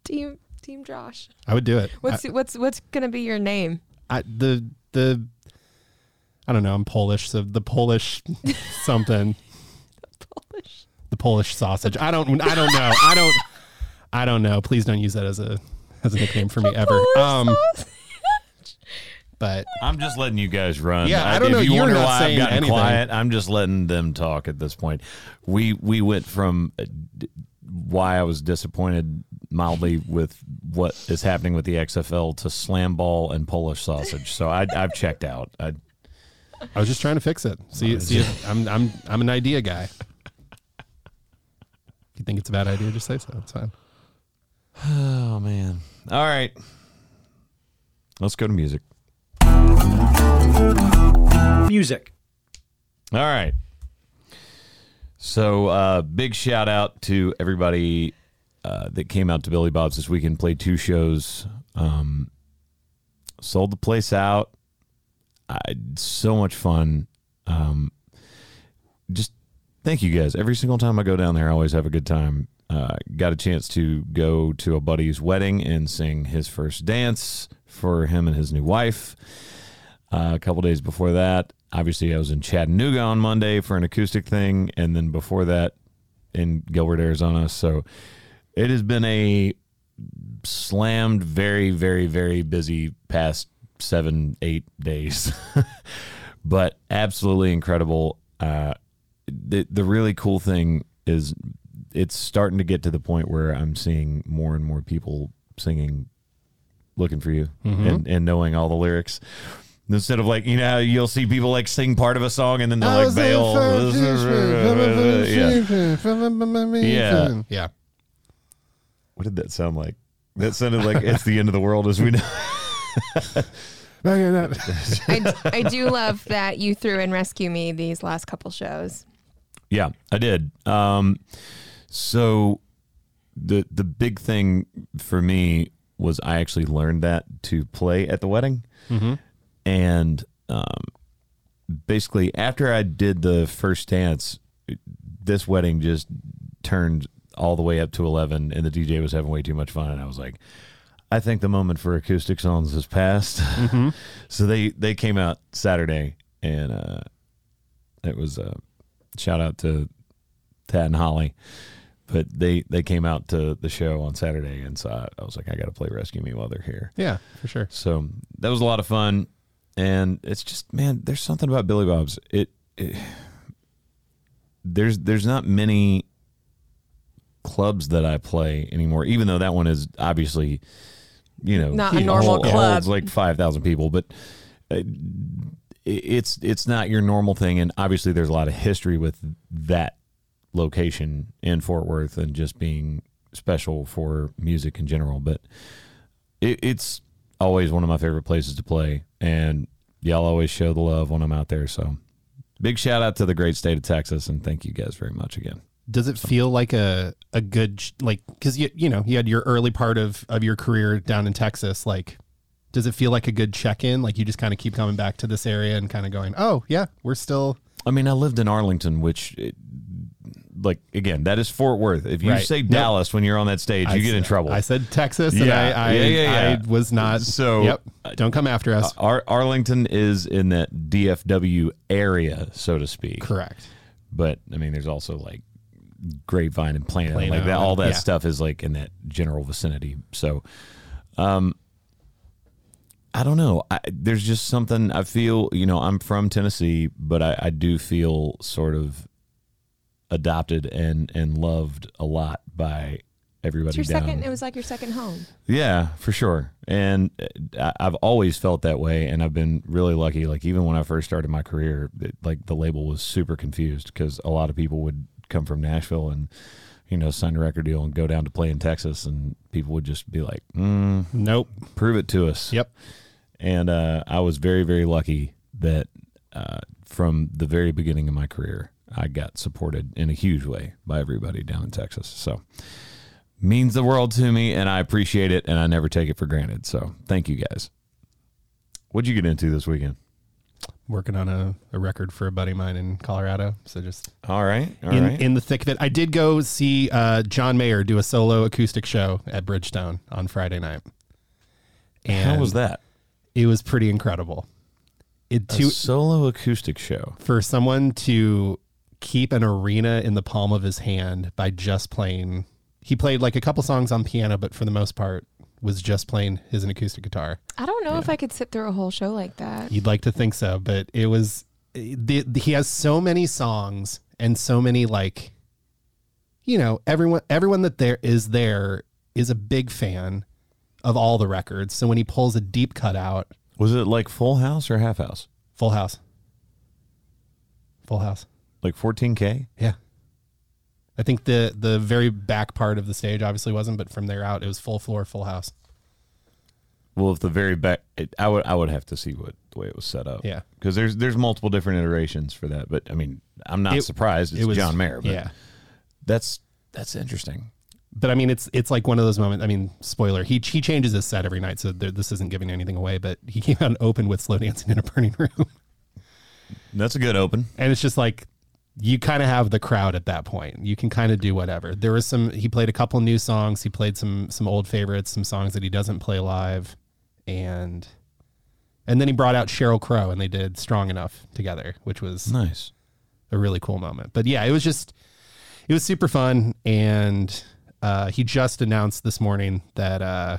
S3: Team Team Josh.
S2: I would do it.
S3: What's what's what's gonna be your name?
S2: I, the the I don't know. I'm Polish, so the Polish something,
S3: Polish.
S2: the Polish sausage. I don't I don't know. I don't I don't know. Please don't use that as a as a nickname for me ever.
S3: Polish
S2: Um,
S3: sauce?
S2: but
S1: I'm just letting you guys run.
S2: Yeah, I don't know.
S1: If you
S2: You're
S1: wonder
S2: not
S1: why
S2: saying
S1: I've gotten
S2: anything.
S1: quiet, I'm just letting them talk at this point. We we went from uh, d- why I was disappointed mildly with what is happening with the XFL to slam ball and Polish sausage. So I, I've checked out. I,
S2: I was just trying to fix it. See, see, if I'm I'm I'm an idea guy. If you think it's a bad idea, just say so. It's fine.
S1: oh man! All right, let's go to music.
S4: Music.
S1: All right. So, uh, big shout out to everybody uh, that came out to Billy Bob's this weekend, played two shows, um, sold the place out. I, so much fun. Um, just thank you guys. Every single time I go down there, I always have a good time. Uh, got a chance to go to a buddy's wedding and sing his first dance for him and his new wife. Uh, a couple days before that, obviously, I was in Chattanooga on Monday for an acoustic thing, and then before that, in Gilbert, Arizona. So it has been a slammed, very, very, very busy past seven, eight days, but absolutely incredible. Uh, the the really cool thing is it's starting to get to the point where I'm seeing more and more people singing looking for you and, and knowing all the lyrics. Instead of like, you know, how you'll see people like sing part of a song and then they'll like bail. Yeah.
S2: yeah.
S1: Mm.
S2: yeah.
S1: What did that sound like? That sounded like it's the end of the world as we know.
S3: I, I do love that you threw in Rescue Me these last couple shows.
S1: Yeah, I did. Um, so the the big thing for me was I actually learned that to play at the wedding, and um, basically after I did the first dance, this wedding just turned all the way up to eleven, and the DJ was having way too much fun, and I was like. I think the moment for acoustic songs has passed. so they they came out Saturday, and uh, it was uh, shout out to Tad and Holly. But they they came out to the show on Saturday, and so I, I was like, I got to play Rescue Me while they're here.
S2: yeah, for sure.
S1: So that was a lot of fun, and it's just man, there's something about Billy Bob's. It, it there's there's not many clubs that I play anymore, even though that one is obviously, you know,
S3: Not a
S1: it
S3: normal
S1: hol- it
S3: club.
S1: holds like five thousand people, but uh, it, it's it's not your normal thing, and obviously there's a lot of history with that location in Fort Worth and just being special for music in general, but it, it's always one of my favorite places to play, and y'all always show the love when I'm out there. So, big shout out to the great state of Texas, and thank you guys very much again.
S2: Does it feel like a a good sh- like because you you know you had your early part of of your career down in Texas like. Does it feel like a good check in? Like you just kind of keep coming back to this area and kind of going, oh, yeah, we're still.
S1: I mean, I lived in Arlington, which, it, like, again, that is Fort Worth. If you
S2: Right.
S1: say
S2: Nope.
S1: Dallas when you're on that stage,
S2: I
S1: you get in
S2: said-
S1: trouble.
S2: I said Texas,
S1: Yeah,
S2: and I, I,
S1: yeah, yeah, yeah.
S2: I was not.
S1: So-
S2: yep, don't come after us.
S1: Ar- Arlington is in that DFW area, so to speak.
S2: Correct.
S1: But I mean, there's also like Grapevine and Plano,
S2: Plano,
S1: like that. All that
S2: yeah.
S1: stuff is like in that general vicinity. So, um, I don't know. I, there's just something I feel. You know, I'm from Tennessee, but I, I do feel sort of adopted and and loved a lot by
S3: It's
S1: everybody
S3: your
S1: down.
S3: second. It was like your second home.
S1: Yeah, for sure. And uh, I- I've always felt that way, and I've been really lucky. Like even when I first started my career, it, like the label was super confused because a lot of people would come from Nashville and you know sign a record deal and go down to play in Texas, and people would just be like, mm,
S2: Nope.
S1: "Prove it to us."
S2: Yep.
S1: And uh, I was very, very lucky that uh, from the very beginning of my career, I got supported in a huge way by everybody down in Texas. So means the world to me, and I appreciate it, and I never take it for granted. So thank you guys. What'd you get into this weekend?
S2: Working on a, a record for a buddy of mine in Colorado. So just
S1: All right, all right.
S2: in, in the thick of it. I did go see uh, John Mayer do a solo acoustic show at Bridgestone on Friday night.
S1: How was that?
S2: It was pretty incredible. It
S1: A
S2: to
S1: solo acoustic show.
S2: for someone to keep an arena in the palm of his hand by just playing he played like a couple songs on piano, but for the most part was just playing his an acoustic guitar.
S3: I don't know if I could sit through a whole show like that.
S2: You'd like to think so, but it was. The, the- he has so many songs and so many like, you know, everyone everyone that there is there is a big fan of all the records. So when he pulls a deep cut out,
S1: Was it like full house or half house?
S2: Full House, Full House,
S1: Like 14K?
S2: yeah. I think the the very back part of the stage obviously wasn't, but from there out it was full floor, Full House.
S1: Well, if the very back, it, I would I would have to see what the way it was set up.
S2: Yeah.
S1: because there's there's multiple different iterations for that. But I mean, I'm not
S2: It-
S1: surprised. It's
S2: it was
S1: John Mayer. But
S2: yeah.
S1: that's that's interesting.
S2: but I mean, it's it's like one of those moments. I mean, spoiler. He he changes his set every night, so there, this isn't giving anything away. But he came out and opened with "Slow Dancing in a Burning Room,"
S1: That's a good open.
S2: and it's just like you kind of have the crowd at that point. You can kind of do whatever. There was some. He played a couple new songs. He played some some old favorites, some songs that he doesn't play live, and and then he brought out Cheryl Crow, and they did "Strong Enough" together, which was
S1: Nice.
S2: a really cool moment. But yeah, it was just it was super fun and uh he just announced this morning that uh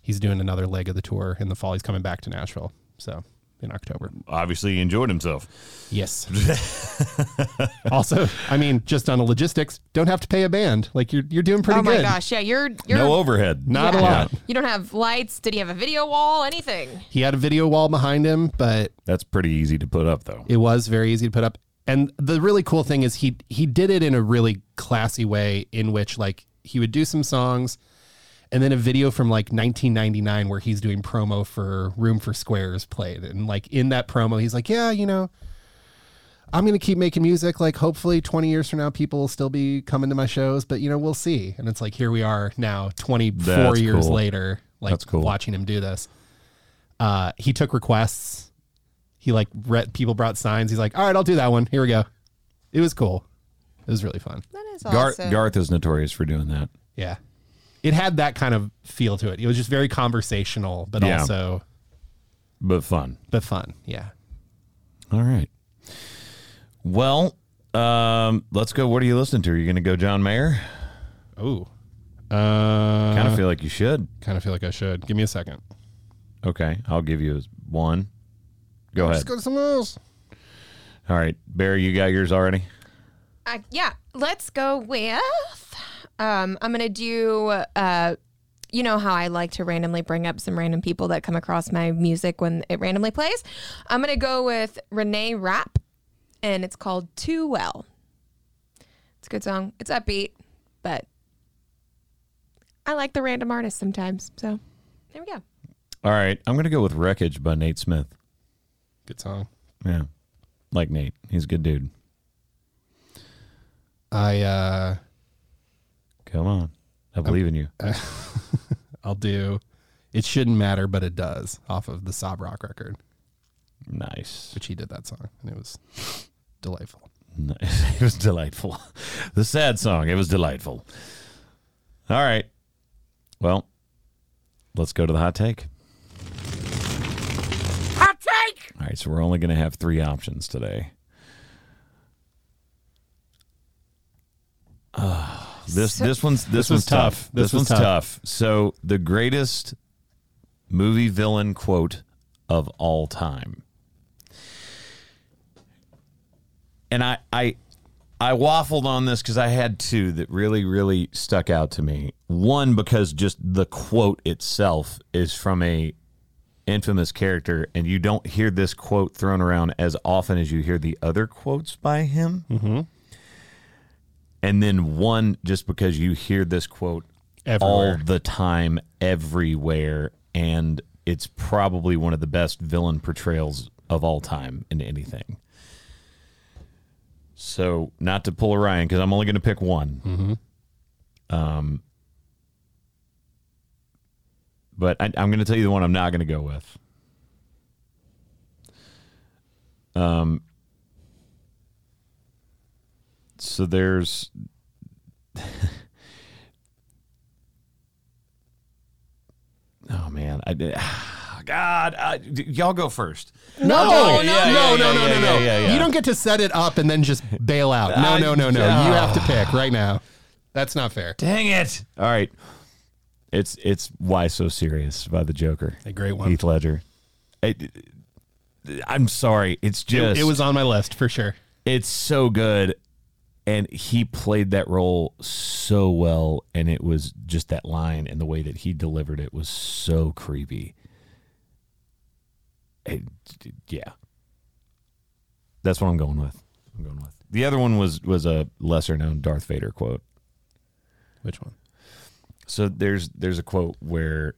S2: he's doing another leg of the tour in the fall. He's coming back to Nashville. So in October.
S1: Obviously, he enjoyed himself.
S2: Yes. also, I mean, just on the logistics, don't have to pay a band. Like you're you're doing pretty
S3: oh my
S2: good.
S3: gosh! Yeah, you're you're
S1: no overhead.
S2: Not a
S3: Yeah.
S2: lot.
S3: You don't have lights. Did he have a video wall? Anything?
S2: He had a video wall behind him, but
S1: That's pretty easy to put up, though.
S2: It was very easy to put up. And the really cool thing is he he did it in a really classy way in which like he would do some songs and then a video from like 1999 where he's doing promo for Room for Squares played, and like in that promo he's like, yeah, you know, I'm gonna keep making music. Like hopefully 20 years from now people will still be coming to my shows, but you know we'll see. And it's like here we are now 24
S1: That's
S2: years
S1: cool.
S2: later, like
S1: That's cool.
S2: watching him do this. Uh, he took requests. He like re- people brought signs. He's like, all right, I'll do that one. Here we go. It was cool. It was really fun.
S3: That is
S1: Garth,
S3: awesome.
S1: Garth is notorious for doing that.
S2: Yeah. It had that kind of feel to it. It was just very conversational, but
S1: Yeah.
S2: also
S1: But fun.
S2: but fun. Yeah.
S1: All right. Well, um, let's go. What are you listening to? Are you going to go John Mayer?
S2: Oh. Uh
S1: Kind of feel like you should.
S2: kind of feel like I should. Give me a second.
S1: Okay, I'll give you one. Go ahead.
S2: Let's go to someone else.
S1: All right, Barry, you got yours already.
S3: I, yeah, let's go with. Um, I'm gonna do. Uh, you know how I like to randomly bring up some random people that come across my music when it randomly plays. I'm gonna go with Renee Rapp, and it's called Too Well. It's a good song. It's upbeat, but I like the random artists sometimes. So there we go.
S1: All right, I'm going to go with Wreckage by Nate Smith.
S2: Good song.
S1: Yeah, like Nate, he's a good dude.
S2: I uh
S1: Come on, I believe in you.
S2: I'll do It Shouldn't Matter But It Does off of the Sob Rock record,
S1: Nice,
S2: which he did that song and it was delightful.
S1: nice. It was delightful. The sad song. It was delightful. All right. Well, let's go to the hot take.
S4: Hot take!
S1: All right, so we're only going to have three options today. Ah, this this one's this, one's
S2: was
S1: tough.
S2: tough.
S1: This,
S2: This was
S1: one's tough. So the greatest movie villain quote of all time, and I I I waffled on this because I had two that really really stuck out to me. One because just the quote itself is from a infamous character, and you don't hear this quote thrown around as often as you hear the other quotes by him. Mm-hmm. And then one, just because you hear this quote all
S2: Everywhere.
S1: the time, everywhere, and it's probably one of the best villain portrayals of all time in anything. So, not to pull a Ryan, because I'm only going to pick one. but I, I'm going to tell you the one I'm not going to go with. Um, Um, so there's oh man, I did. God, uh, d- y'all go first.
S2: No, no,
S1: no, yeah, yeah,
S2: no, no,
S1: yeah,
S2: no, no.
S1: yeah, yeah, yeah.
S2: You don't get to set it up and then just bail out. No,
S1: I-
S2: no, no, no.
S1: Ah.
S2: You have to pick right now. That's not fair.
S1: Dang it! All right, it's it's why so serious by the Joker,
S2: A great one.
S1: Heath Ledger. I, I'm sorry, it's
S2: It,
S1: just
S2: it was on my list for sure.
S1: it's so good and he played that role so well and it was just that line and the way that he delivered it was so creepy It- yeah that's what i'm going with i'm going with the other one was was a lesser known darth vader quote
S2: Which one?
S1: so there's there's a quote where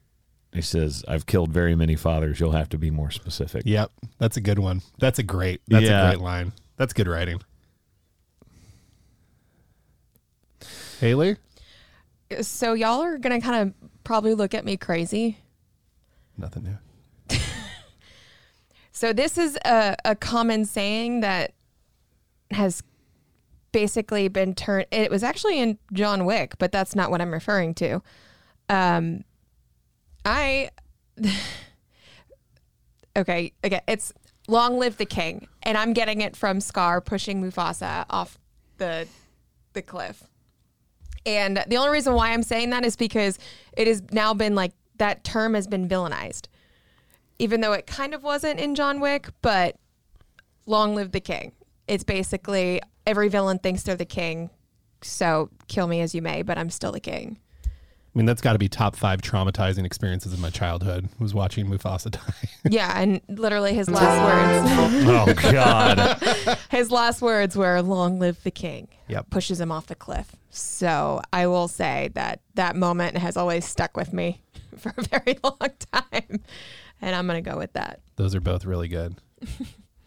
S1: he says i've killed very many fathers you'll have to be more specific
S2: Yep, that's a good one. That's a great. That's
S1: Yeah.
S2: a great line. That's good writing. Haley,
S3: So y'all are gonna kind of probably look at me crazy.
S2: nothing new.
S3: So this is a, a common saying that has basically been turned. It was actually in John Wick, but that's not what I'm referring to. Um, I okay, okay. It's "Long live the king," and I'm getting it from Scar pushing Mufasa off the the cliff. And the only reason why I'm saying that is because it has now been like that term has been villainized even though it kind of wasn't in John Wick, but long live the king. It's basically every villain thinks they're the king, so kill me as you may, but I'm still the king.
S2: I mean, that's got to be top five traumatizing experiences of my childhood. Was watching Mufasa die.
S3: Yeah, and literally his last words.
S1: Oh God!
S3: his last words were "Long live the king."
S2: Yep.
S3: Pushes him off the cliff. So I will say that that moment has always stuck with me for a very long time, and I'm gonna go with that.
S2: Those are both really good.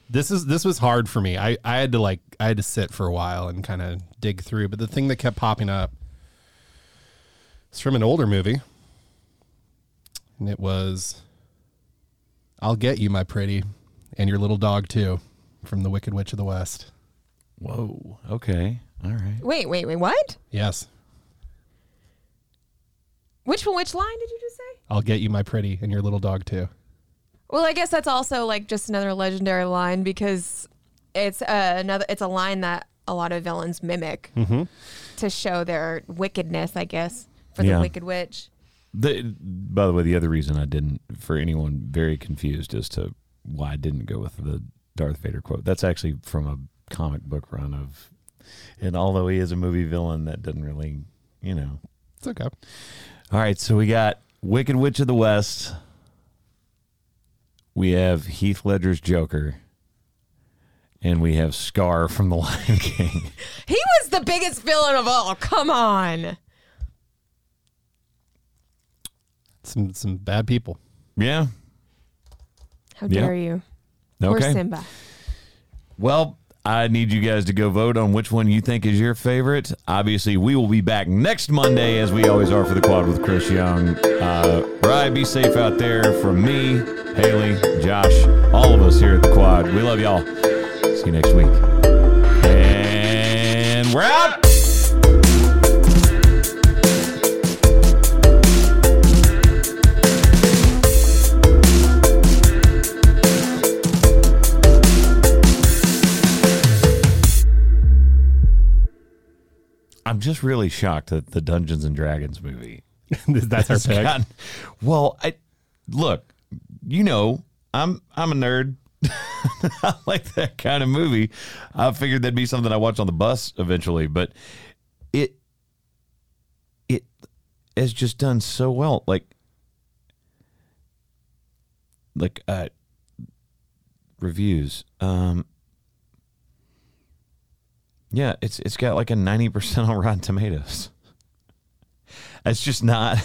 S2: this is this was hard for me. I I had to like I had to sit for a while and kind of dig through. But the thing that kept popping up is from an older movie, and it was "I'll get you, my pretty, and your little dog too," from The Wicked Witch of the West.
S1: Whoa. Okay. All right.
S3: Wait, wait, wait. What?
S2: Yes,
S3: Which one? Which line did you just say?
S2: I'll get you, my pretty, and your little dog too.
S3: Well, I guess that's also like just another legendary line because it's uh, another it's a line that a lot of villains mimic
S1: Mm-hmm.
S3: to show their wickedness, I guess, for
S1: Yeah.
S3: the wicked witch.
S1: The, by the way, the other reason I didn't, for anyone very confused as to why I didn't go with the Darth Vader quote, that's actually from a comic book run of, and although he is a movie villain, that doesn't really, you know.
S2: It's okay.
S1: All right, so we got Wicked Witch of the West. We have Heath Ledger's Joker. And we have Scar from The Lion King.
S3: He was the biggest villain of all. Come on.
S2: Some some bad people.
S1: yeah.
S3: How
S1: Yeah.
S3: dare you? Poor
S1: Okay.
S3: Simba.
S1: Well, I need you guys to go vote on which one you think is your favorite. Obviously, we will be back next Monday, as we always are for the quad with Chris Young. Uh, Rye, be safe out there from me, Haley, Josh, all of us here at the quad. We love y'all. See you next week. And we're out. I'm just really shocked that the Dungeons and Dragons movie
S2: That's our
S1: has
S2: pick.
S1: gotten- Well, I look, you know, I'm I'm a nerd. I like that kind of movie. I figured that'd be something I watch on the bus eventually, but it it has just done so well. Like like uh reviews. Um yeah, it's it's got like a ninety percent on Rotten Tomatoes. It's just not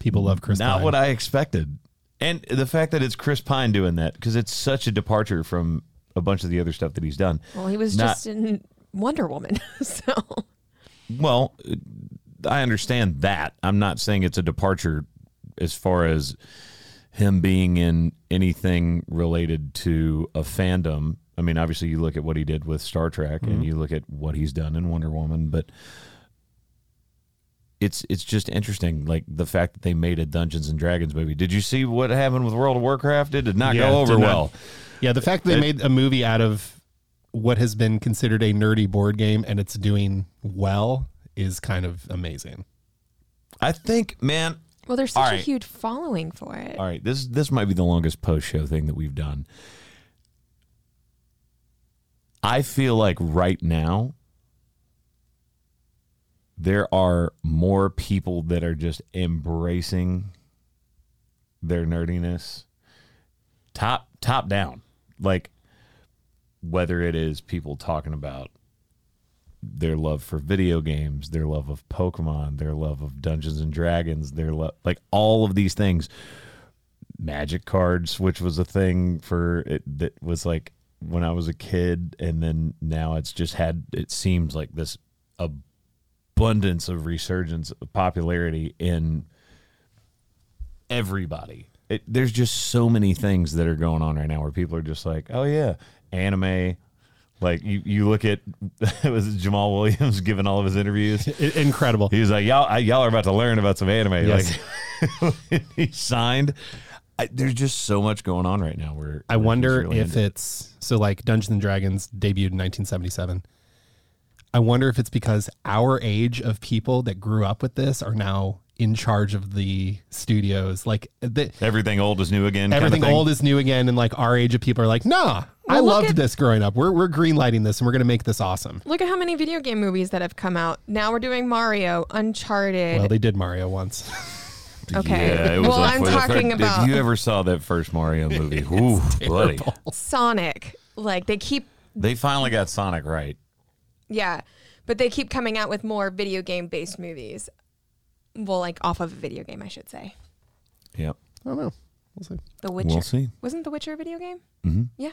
S2: People love Chris.
S1: not
S2: Pine.
S1: what I expected. And the fact that it's Chris Pine doing that because it's such a departure from a bunch of the other stuff that he's done.
S3: Well, he was
S1: Not-
S3: just in Wonder Woman. So
S1: Well, I understand that. I'm not saying it's a departure as far as him being in anything related to a fandom. I mean, obviously, you look at what he did with Star Trek,
S2: Mm-hmm.
S1: and you look at what he's done in Wonder Woman, but it's it's just interesting, like the fact that they made a Dungeons and Dragons movie. Did you see what happened with World of Warcraft? It did not
S2: Yeah,
S1: go
S2: it did
S1: over
S2: not-
S1: well.
S2: Yeah, the fact that they
S1: It-
S2: made a movie out of what has been considered a nerdy board game and it's doing well is kind of amazing.
S1: I think, man,
S3: Well, there's
S1: All
S3: such a
S1: right.
S3: huge following for it.
S1: All right, this this might be the longest post show thing that we've done. I feel like right now there are more people that are just embracing their nerdiness top top down. Like whether it is people talking about their love for video games, their love of Pokemon, their love of Dungeons and Dragons, their love like all of these things magic cards, which was a thing for it that was like when I was a kid, and then now it's just had it seems like this abundance of resurgence of popularity in everybody. It, there's just so many things that are going on right now where people are just like, oh yeah, anime. Like you, you look at it was Jamal Williams giving all of his interviews.
S2: I- incredible.
S1: He was like, y'all, I, y'all are about to learn about some anime.
S2: Yes.
S1: Like he signed. I, there's just so much going on right now. Where
S2: I wonder if it's so like Dungeons and Dragons debuted in 1977. I wonder if it's because our age of people that grew up with this are now in charge of the studios. Like the,
S1: Everything old is new again.
S2: everything
S1: kind of
S2: old is new again, and like our age of people are like, nah, I
S3: Well, look
S2: loved
S3: at-
S2: this growing up. We're we're greenlighting this, and we're gonna make this awesome.
S3: Look at how many video game movies that have come out. Now we're doing Mario, Uncharted.
S2: Well, they did Mario once.
S3: Okay.
S1: Yeah, it was
S3: Well,
S1: up
S3: I'm
S1: for the
S3: talking
S1: third-
S3: about-
S1: If you ever saw that first Mario movie, ooh, buddy,
S3: Sonic. Like they keep
S1: they finally got Sonic right.
S3: yeah, but they keep coming out with more video game based movies. Well, like off of a video game, I should say.
S1: Yep.
S2: I don't know. We'll see.
S3: The Witcher.
S1: We'll see. Mm-hmm.
S3: Wasn't The Witcher a video game? Yeah.